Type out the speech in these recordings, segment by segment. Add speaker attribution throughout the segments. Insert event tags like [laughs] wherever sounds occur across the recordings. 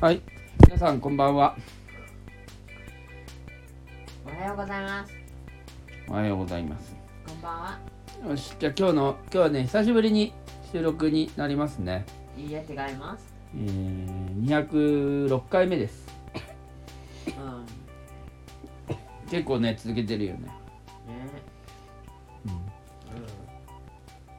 Speaker 1: はい、皆さんこんばんは。
Speaker 2: おはようございます。
Speaker 1: おはようございます。
Speaker 2: こんばんは。
Speaker 1: よし、じゃあ今日の今日はね久しぶりに収録になりますね。
Speaker 2: いいえ、違います。
Speaker 1: えー、206回目です。
Speaker 2: うん。
Speaker 1: 結構ね続けてるよね。
Speaker 2: ね。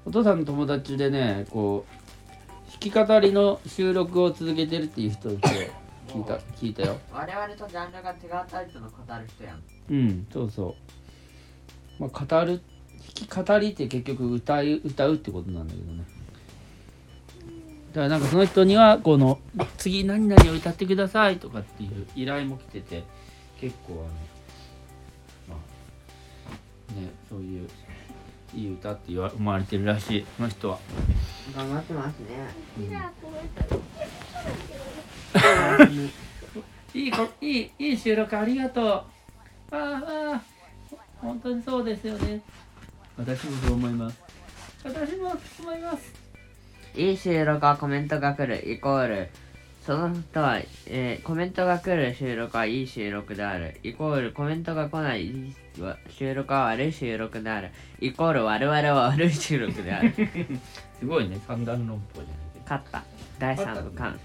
Speaker 1: お父さんの友達でねこう弾き語りの収録を続けてるっていう人を今日聞いた聞いたよ。
Speaker 2: 我々とジャンルが違うタイプの語る人やん。
Speaker 1: うん、そうそう。まあ語る弾き語りって結局歌い歌うってことなんだけどね。だからなんかその人にはこの次何々を歌ってくださいとかっていう依頼も来てて結構あのまあねそういういい歌って言わ思われてるらしいその人は。
Speaker 2: 頑張ってますね。
Speaker 1: いいこいいいい収録ありがとう。ああああ本当にそうですよね。私もそう思います。私も思います。
Speaker 2: いい収録はコメントが来るイコールその人は、えーコメントが来る収録はいい収録であるイコールコメントが来ない収録は悪い収録であるイコール我々は悪い収録である
Speaker 1: すごいね三段論法じゃないけど。
Speaker 2: 勝った第3部完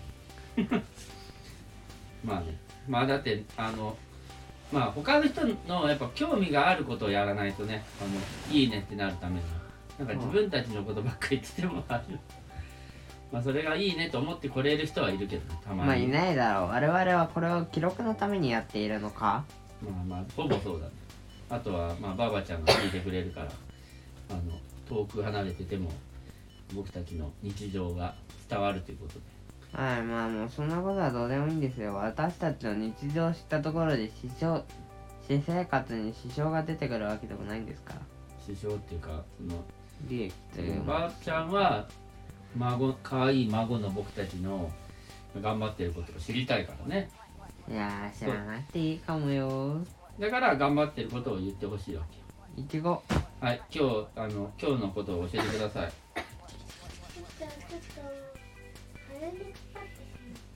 Speaker 1: まあね。まあだってあのまあ他の人のやっぱ興味があることをやらないとねあのいいねってなるためになんか自分たちのことばっかり言っててもある。まあそれがいいねと思ってこれる人はいるけどねたまに。
Speaker 2: まあいないだろう我々はこれを記録のためにやっているのか
Speaker 1: まあまあほぼそうだねあとはまあばあばちゃんが聞いてくれるからあの遠く離れてても僕たちの日常が伝わるということで
Speaker 2: はいまあもうそんなことはどうでもいいんですよ私たちの日常を知ったところで支障私生活に支障が出てくるわけでもないんですから
Speaker 1: 師匠っていうかその
Speaker 2: 利益という
Speaker 1: ばあちゃんは孫可愛い孫の僕たちの頑張ってることを知りたいからね
Speaker 2: いやー知らなくていいかもよ
Speaker 1: だから頑張ってることを言ってほしいわけよ
Speaker 2: いちご
Speaker 1: はい今日あの今日のことを教えてください、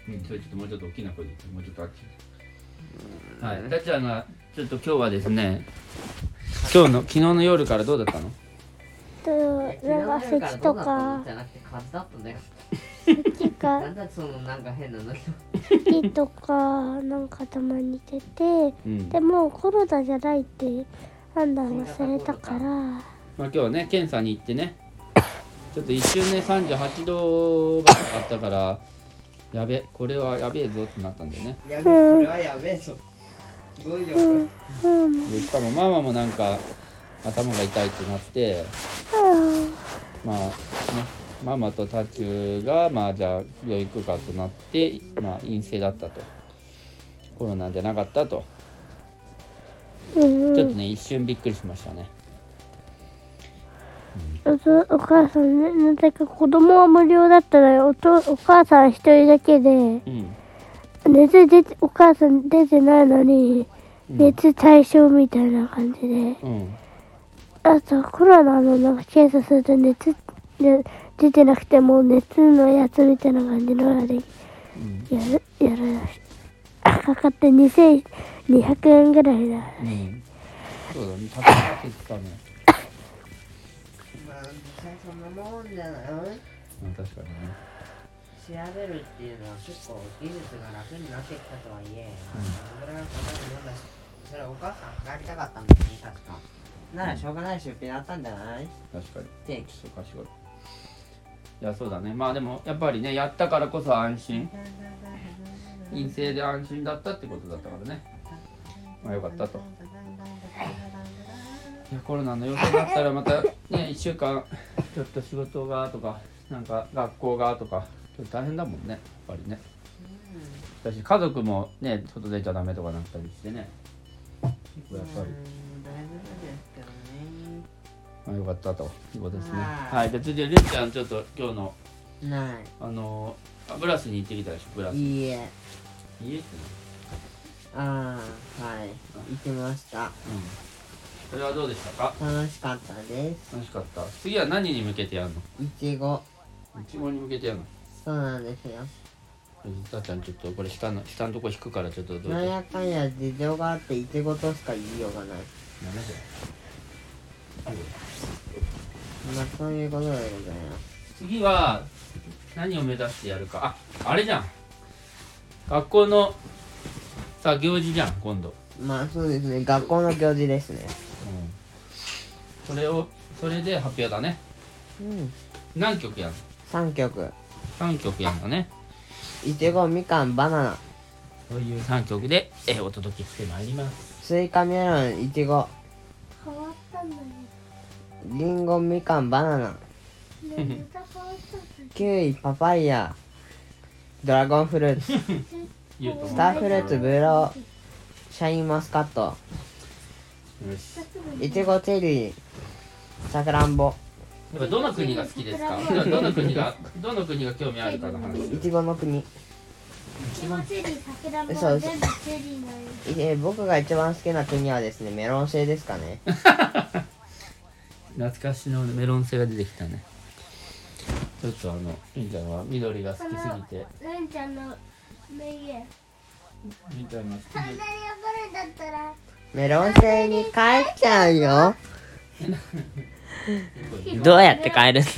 Speaker 1: うん、それちょっともうちょっと大きな声で言ってもうちょっとあっちはいダちゃんがちょっと今日はですね今日の昨日の夜からどうだったの
Speaker 3: となんか咳とか
Speaker 2: じゃなくて風だったんだよ
Speaker 3: 咳
Speaker 2: な
Speaker 3: が
Speaker 2: んだそのなんか変
Speaker 3: [laughs]
Speaker 2: なの
Speaker 3: 咳とかなんかたまに出て
Speaker 1: うん
Speaker 3: でもコロナじゃないって判断がされたから
Speaker 1: まあ今日はね検査に行ってねちょっと一瞬ね38度があったからやべこれはやべえぞってなったんだよね
Speaker 2: やべ
Speaker 3: それ
Speaker 2: はやべえぞすごいよ
Speaker 3: うん
Speaker 1: でしかもママもなんか頭が痛いってなってまあねママとタチュがまあじゃあ病院行くかとなってまあ陰性だったとコロナじゃなかったと
Speaker 3: うん
Speaker 1: ち
Speaker 3: う
Speaker 1: ょっと
Speaker 3: ん
Speaker 1: ね一瞬びっくりしましたね
Speaker 3: お父お母さんねなぜか子供は無料だったらおとお母さん一人だけで
Speaker 1: うん
Speaker 3: 熱出てお母さん出てないのに熱対象みたいな感じで
Speaker 1: うん
Speaker 3: あとコロナのなんか検査すると熱で出てなくても熱のやつみたいな感じのあれや
Speaker 1: うん
Speaker 3: るやるあかかって2200円ぐらいだ
Speaker 1: うんそうだねタチュがってたね
Speaker 2: まあ実際そんなもんじゃない
Speaker 1: うん確かにね
Speaker 2: 調べるっていうのは結構技術が楽になってきたとはいえ、それはかかるもんだし、それはお母さんかかりたかったんだよね、確か。ならしょうがない出費だったんじゃない
Speaker 1: 確かに
Speaker 2: で、
Speaker 1: そうかしこいやそうだねまあでもやっぱりねやったからこそ安心陰性で安心だったってことだったからねまあよかったといやコロナの予定だったらまたね1週 [laughs] 間ちょっと仕事がとかなんか学校がとかちょっと大変だもんねやっぱりね私家族もね外出ちゃダメとかなったりしてね結構やっぱり、まあ、よかったということですね
Speaker 2: は
Speaker 1: は
Speaker 2: い
Speaker 1: いじゃあ続いてりゅんちゃんちょっと今日の
Speaker 2: な
Speaker 1: あのーあブラスに行ってきたでしょブラス
Speaker 2: い。いいえ。
Speaker 1: 家ってね
Speaker 2: ああ、はい。行きました。
Speaker 1: うんそれはどうでしたか
Speaker 2: 楽しかったです。
Speaker 1: 楽しかった次は何に向けてやる
Speaker 2: いちご。
Speaker 1: のいちごに向けてやるの
Speaker 2: そうなんですよ。
Speaker 1: たちゃんちょっとこれ下の下のとこ引くからちょっとどうぞ
Speaker 2: なんやかんや事情があっていちごとしか言いようがない
Speaker 1: ダメだよ
Speaker 2: まあそういうことでございます
Speaker 1: 次は何を目指してやるかああれじゃん学校のさ行事じゃん今度、
Speaker 2: まあそうですね学校の行事ですね
Speaker 1: それをそれで発表だね
Speaker 2: うん
Speaker 1: 何曲やんの
Speaker 2: 3曲
Speaker 1: 3曲やんのね
Speaker 2: いちごみかんバナナ
Speaker 1: そういう3曲でえーお届けしてまいります
Speaker 2: スイカメロンいちご
Speaker 3: 変わったんだね。
Speaker 2: りんごみかんバナナ
Speaker 3: ねえ、歌変わったんだね。
Speaker 2: キウイパパイヤドラゴンフルーツ
Speaker 1: ゆうとも
Speaker 3: ス
Speaker 2: スターフルーツブドウシャインマスカット
Speaker 1: よし
Speaker 2: いちごチェリーさくらんぼ
Speaker 1: やっぱどの国が好きですかどの国がどの国が興味あるかの話
Speaker 2: いちごの国
Speaker 3: いちごチェリー、桜も
Speaker 2: そうそう
Speaker 3: 全部チェリーなのよ。
Speaker 2: えー僕が一番好きな国はですねメロン製ですかね
Speaker 1: 懐かしのメロン製が出てきたねちょっとあのりんちゃんは緑が好きすぎて
Speaker 3: ルンちゃんの名言。
Speaker 1: りんちゃんが好き
Speaker 3: そんなに怒るんだったら、
Speaker 2: メロン製に帰っちゃうよ
Speaker 1: で
Speaker 2: どうやって帰るん [laughs] だ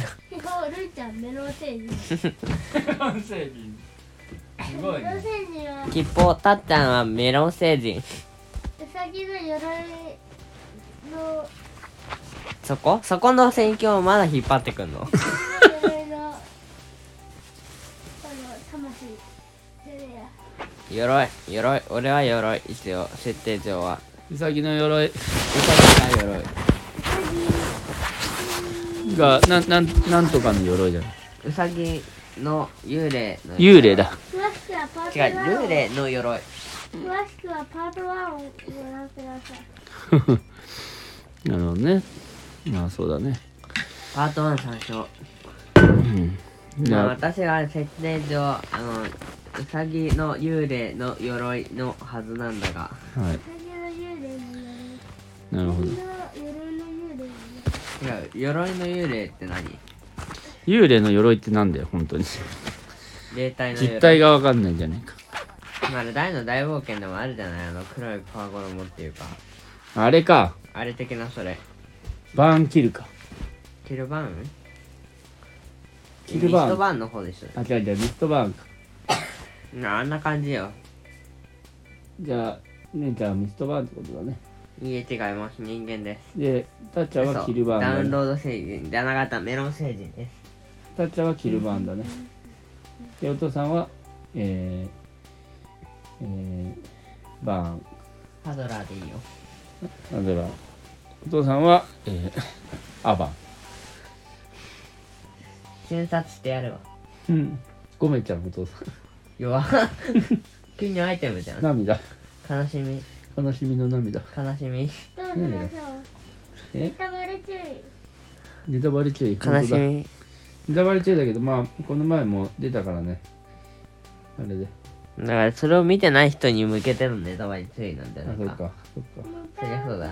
Speaker 3: [laughs] ルンちゃんメロン星人。
Speaker 1: メロン製品すごい
Speaker 3: メロ
Speaker 1: ね
Speaker 3: ン星人は
Speaker 2: 吉報たっちゃんはメロン星人
Speaker 3: ウサギの鎧の、ウ
Speaker 2: そこそこの戦況をまだ引っ張ってくんの
Speaker 3: サギの鎧の、あの、魂。じゃねえや。
Speaker 2: 鎧鎧俺は鎧一応設定上は
Speaker 1: うさぎの鎧
Speaker 2: 歌が鎧
Speaker 3: ウサ
Speaker 1: がなん [laughs] なんなんとかの鎧じゃない
Speaker 2: ウサギの幽霊の
Speaker 1: 幽霊だ
Speaker 3: ギ、詳しくはパート
Speaker 2: 違う
Speaker 3: 1を
Speaker 2: 幽霊の鎧
Speaker 3: 詳しくはパート1をご覧ください。
Speaker 1: [laughs] なるほどねまあそうだね
Speaker 2: パート1参照
Speaker 1: うんじ
Speaker 2: まあ、
Speaker 1: ゃあ
Speaker 2: 私は設定上あのウサギの幽霊の鎧のはずなんだが
Speaker 1: はい
Speaker 3: ウサギの幽霊の鎧。
Speaker 1: なるほど
Speaker 3: みんな鎧の幽霊
Speaker 2: 違う鎧の幽霊って何
Speaker 1: 幽霊の鎧ってなんだよ本当に
Speaker 2: 霊体の
Speaker 1: 実
Speaker 2: 鎧
Speaker 1: 態がわかんないんじゃないか
Speaker 2: まあ、大の大冒険でもあるじゃないあの黒いパーゴロモっていうか
Speaker 1: あれか
Speaker 2: あれ的なそれ
Speaker 1: バーンキルか
Speaker 2: キルバーン
Speaker 1: キルバーン
Speaker 2: ミストバーンの方でしょ
Speaker 1: あ違う違うミットバーンか
Speaker 2: あんな感じよ
Speaker 1: じゃあ姉ちゃんはミストバーンってことだね
Speaker 2: いいえ違います人間です
Speaker 1: でタッチャーはキルバ
Speaker 2: ダウ
Speaker 1: ーン
Speaker 2: ン
Speaker 1: だ、
Speaker 2: ロ
Speaker 1: ね、
Speaker 2: ード成人じゃなかったメロン成人です
Speaker 1: タッチャーはキルバーンだねでお父さんはえー、えー、バーン
Speaker 2: ハドラーでいいよ
Speaker 1: なんだろうお父さんはえー、アバン
Speaker 2: 瞬殺してやるわ
Speaker 1: うんごめちゃんお父さん
Speaker 2: [laughs] 弱急にアイテムじゃん
Speaker 1: 涙
Speaker 2: 悲しみ
Speaker 1: 悲しみの涙
Speaker 2: 悲しみ
Speaker 3: どうしましょう
Speaker 1: え
Speaker 3: ネタバレ注意
Speaker 1: ネタバレ注意
Speaker 2: 悲し
Speaker 1: ネ
Speaker 2: み
Speaker 1: タバレ注意だけどまあこの前も出たからねあれで
Speaker 2: だからそれを見てない人に向けてのネタバレ注意なんだ
Speaker 1: あ
Speaker 2: よな
Speaker 1: そ
Speaker 2: ん
Speaker 1: う
Speaker 2: か
Speaker 1: かそうか
Speaker 2: そりゃそうだ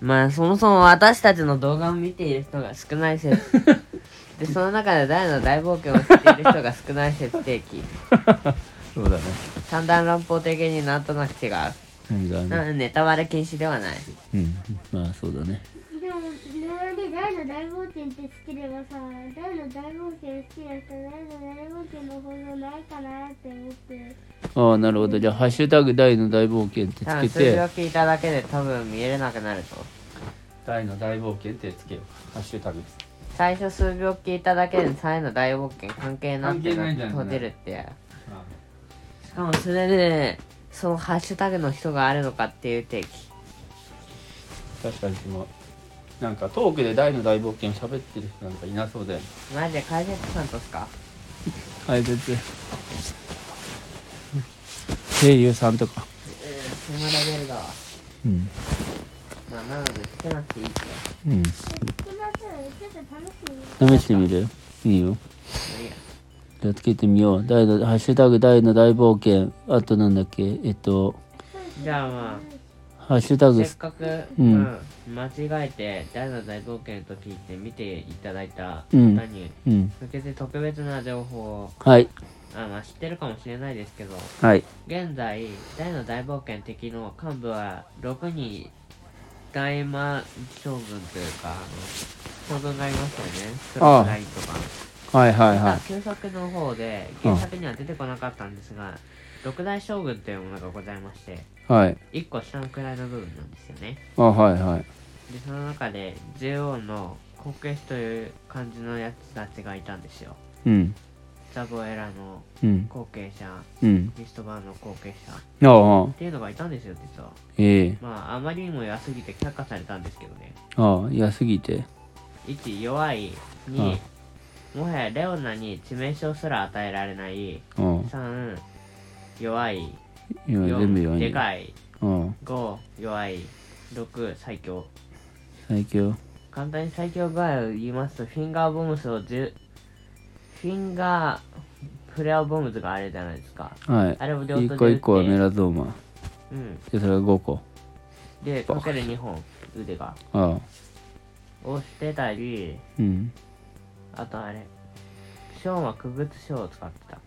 Speaker 2: まあそもそも私たちの動画を見ている人が少ない説 [laughs] でその中で大の大冒険を知っている人が少ない説定期
Speaker 1: そうだね
Speaker 2: 三段乱暴的になんとなく違う
Speaker 1: 何がね
Speaker 2: うんネタバレ禁止ではない
Speaker 1: うんまあそうだね
Speaker 3: でも今まで大の大冒険って好きでもさ大の大冒険好きな人大の大冒険の放送ないかなって思って
Speaker 1: ああなるほどじゃあ「ハッシュタグ大の大冒険」ってつ
Speaker 2: 多分
Speaker 1: け
Speaker 2: 数字を
Speaker 1: て
Speaker 2: 聞いただけで多分見えなくなると
Speaker 1: 「大の大冒険」ってつけようハッシュタグ
Speaker 2: 最初数秒聞いただけで大の大冒険関係なく
Speaker 1: 関
Speaker 2: て
Speaker 1: 係ないんじゃない
Speaker 2: 閉じるってしかもそれで、ね、そのハッシュタグの人があるのかっていう定期
Speaker 1: 確かにそのなんかトークで「大の大冒険」喋ってる人なんかいなそうだよね
Speaker 2: マジで解説さんとっすか
Speaker 1: 解説声優さんとか
Speaker 2: うんそんなレベルだわ
Speaker 1: うん
Speaker 2: まあなのでつけなくていいっすよ
Speaker 1: うん
Speaker 3: 少なくちょっと楽しみ
Speaker 1: 試してみるいいよ
Speaker 2: いいや
Speaker 1: じゃあつけてみよう大の「ハッシュタグ大の大冒険」あとなんだっけえっと
Speaker 2: じゃあま
Speaker 1: 「ハッシュタ
Speaker 2: あせ
Speaker 1: グ
Speaker 2: っかく、
Speaker 1: うん
Speaker 2: 間違えて大の大冒険と聞いて見ていただいた
Speaker 1: うん
Speaker 2: 方に
Speaker 1: うん
Speaker 2: 向けて特別な情報を
Speaker 1: はい
Speaker 2: あまあ知ってるかもしれないですけど
Speaker 1: はい
Speaker 2: 現在大の大冒険敵の幹部は6人大魔将軍というかあの将軍がいますよねクロスラインとか
Speaker 1: はいはい
Speaker 2: ま
Speaker 1: は
Speaker 2: た旧作の方で原作には出てこなかったんですが、六大将軍というものがございまして
Speaker 1: いはい
Speaker 2: 1個下の位の部分なんですよね
Speaker 1: あはいはい
Speaker 2: でその中で JO のコケシという感じのやつたちがいたんですよ
Speaker 1: うん
Speaker 2: ザボエラの
Speaker 1: うん
Speaker 2: 後継者
Speaker 1: うん
Speaker 2: リストバーの後継者っ
Speaker 1: ああ
Speaker 2: ていうのがいたんですよ実は
Speaker 1: ええ
Speaker 2: まああまりにも弱すぎて却下されたんですけどね
Speaker 1: ああ安すぎて
Speaker 2: 1弱い2もはやレオナに致命傷すら与えられない
Speaker 1: うん
Speaker 2: 3弱い
Speaker 1: いや全部
Speaker 2: 4
Speaker 1: 4
Speaker 2: で
Speaker 1: 人
Speaker 2: かい
Speaker 1: うん
Speaker 2: 5弱い6最強
Speaker 1: 最強
Speaker 2: 簡単に最強具合を言いますとフィンガーボムスを10フィンガーフレアボムズがあれじゃないですか
Speaker 1: はい
Speaker 2: あれを両手で打
Speaker 1: 1
Speaker 2: って
Speaker 1: 個1個はメラゾーマ
Speaker 2: うん
Speaker 1: でそれが5個
Speaker 2: でかける2本腕が
Speaker 1: ああ
Speaker 2: をしてたり
Speaker 1: うん
Speaker 2: あとあれショーンは区物ショーを使ってた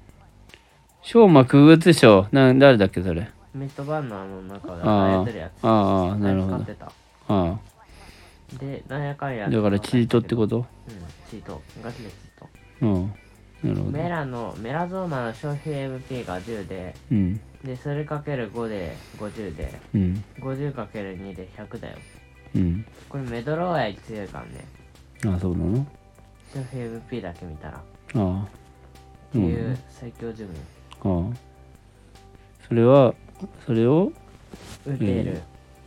Speaker 1: 昌磨区物賞なん誰だっけそれ
Speaker 2: メットバンのあの中で
Speaker 1: あ
Speaker 2: 操るやつ
Speaker 1: あああ
Speaker 2: あ
Speaker 1: な
Speaker 2: れ
Speaker 1: るほ
Speaker 2: 使
Speaker 1: ど
Speaker 2: ってた
Speaker 1: あ
Speaker 2: でなんやかんや
Speaker 1: あだからチートってこと
Speaker 2: とうんチートガチでチート
Speaker 1: うんなるほど
Speaker 2: メラのメラゾーマの消費 MP が10で
Speaker 1: うん
Speaker 2: でそれかける5で50で
Speaker 1: うん
Speaker 2: 5 0る2で100だよ
Speaker 1: うん
Speaker 2: これメドローアイ強いからね
Speaker 1: ああそうなの
Speaker 2: 消費 MP だけ見たらっ
Speaker 1: ああ
Speaker 2: てい
Speaker 1: うん
Speaker 2: う最強呪
Speaker 1: ああそれはそれを
Speaker 2: 文打てる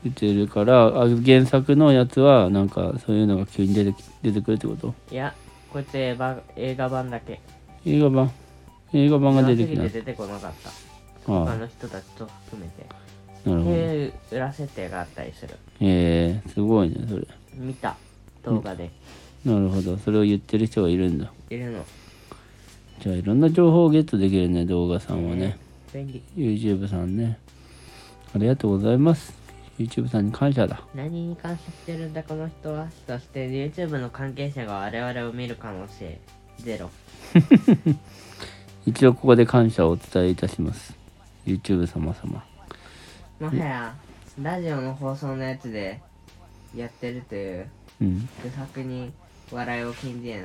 Speaker 1: 打てるからあ原作のやつはなんかそういうのが急に出てき出てくるってこと
Speaker 2: いやこいつ映画映画版だけ
Speaker 1: 映画版映画版が出てき
Speaker 2: 強
Speaker 1: た
Speaker 2: すぎて出てこなかった他
Speaker 1: あ
Speaker 2: の人たちと含めて
Speaker 1: あなる
Speaker 2: っ
Speaker 1: ほ
Speaker 2: て
Speaker 1: ど
Speaker 2: いう裏設定があったりする
Speaker 1: えー、すごいねそれ
Speaker 2: 見た動画で
Speaker 1: なるほどそれを言ってる人がいるんだ
Speaker 2: いるの
Speaker 1: じゃあいろんな情報をゲットできるね動画さんはね
Speaker 2: 便利
Speaker 1: YouTube さんねありがとうございます YouTube さんに感謝だ
Speaker 2: 何に感謝してるんだこの人はそして YouTube の関係者が我々を見る可能性ゼロ
Speaker 1: 一応ここで感謝をお伝えいたします YouTube 様様
Speaker 2: もはやラジオの放送のやつでやってるという
Speaker 1: うん
Speaker 2: 不作に笑いを禁じえ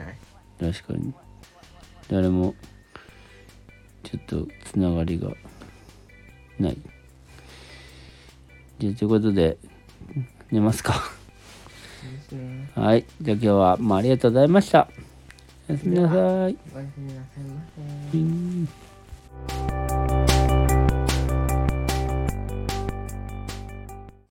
Speaker 2: ない
Speaker 1: 確かに誰もちょっとつながりがないじゃあということで寝ますか [laughs]
Speaker 2: ですね
Speaker 1: はいじゃあ今日はもうありがとうございましたおやすみなさい
Speaker 2: おやすみなさいませ
Speaker 1: ピン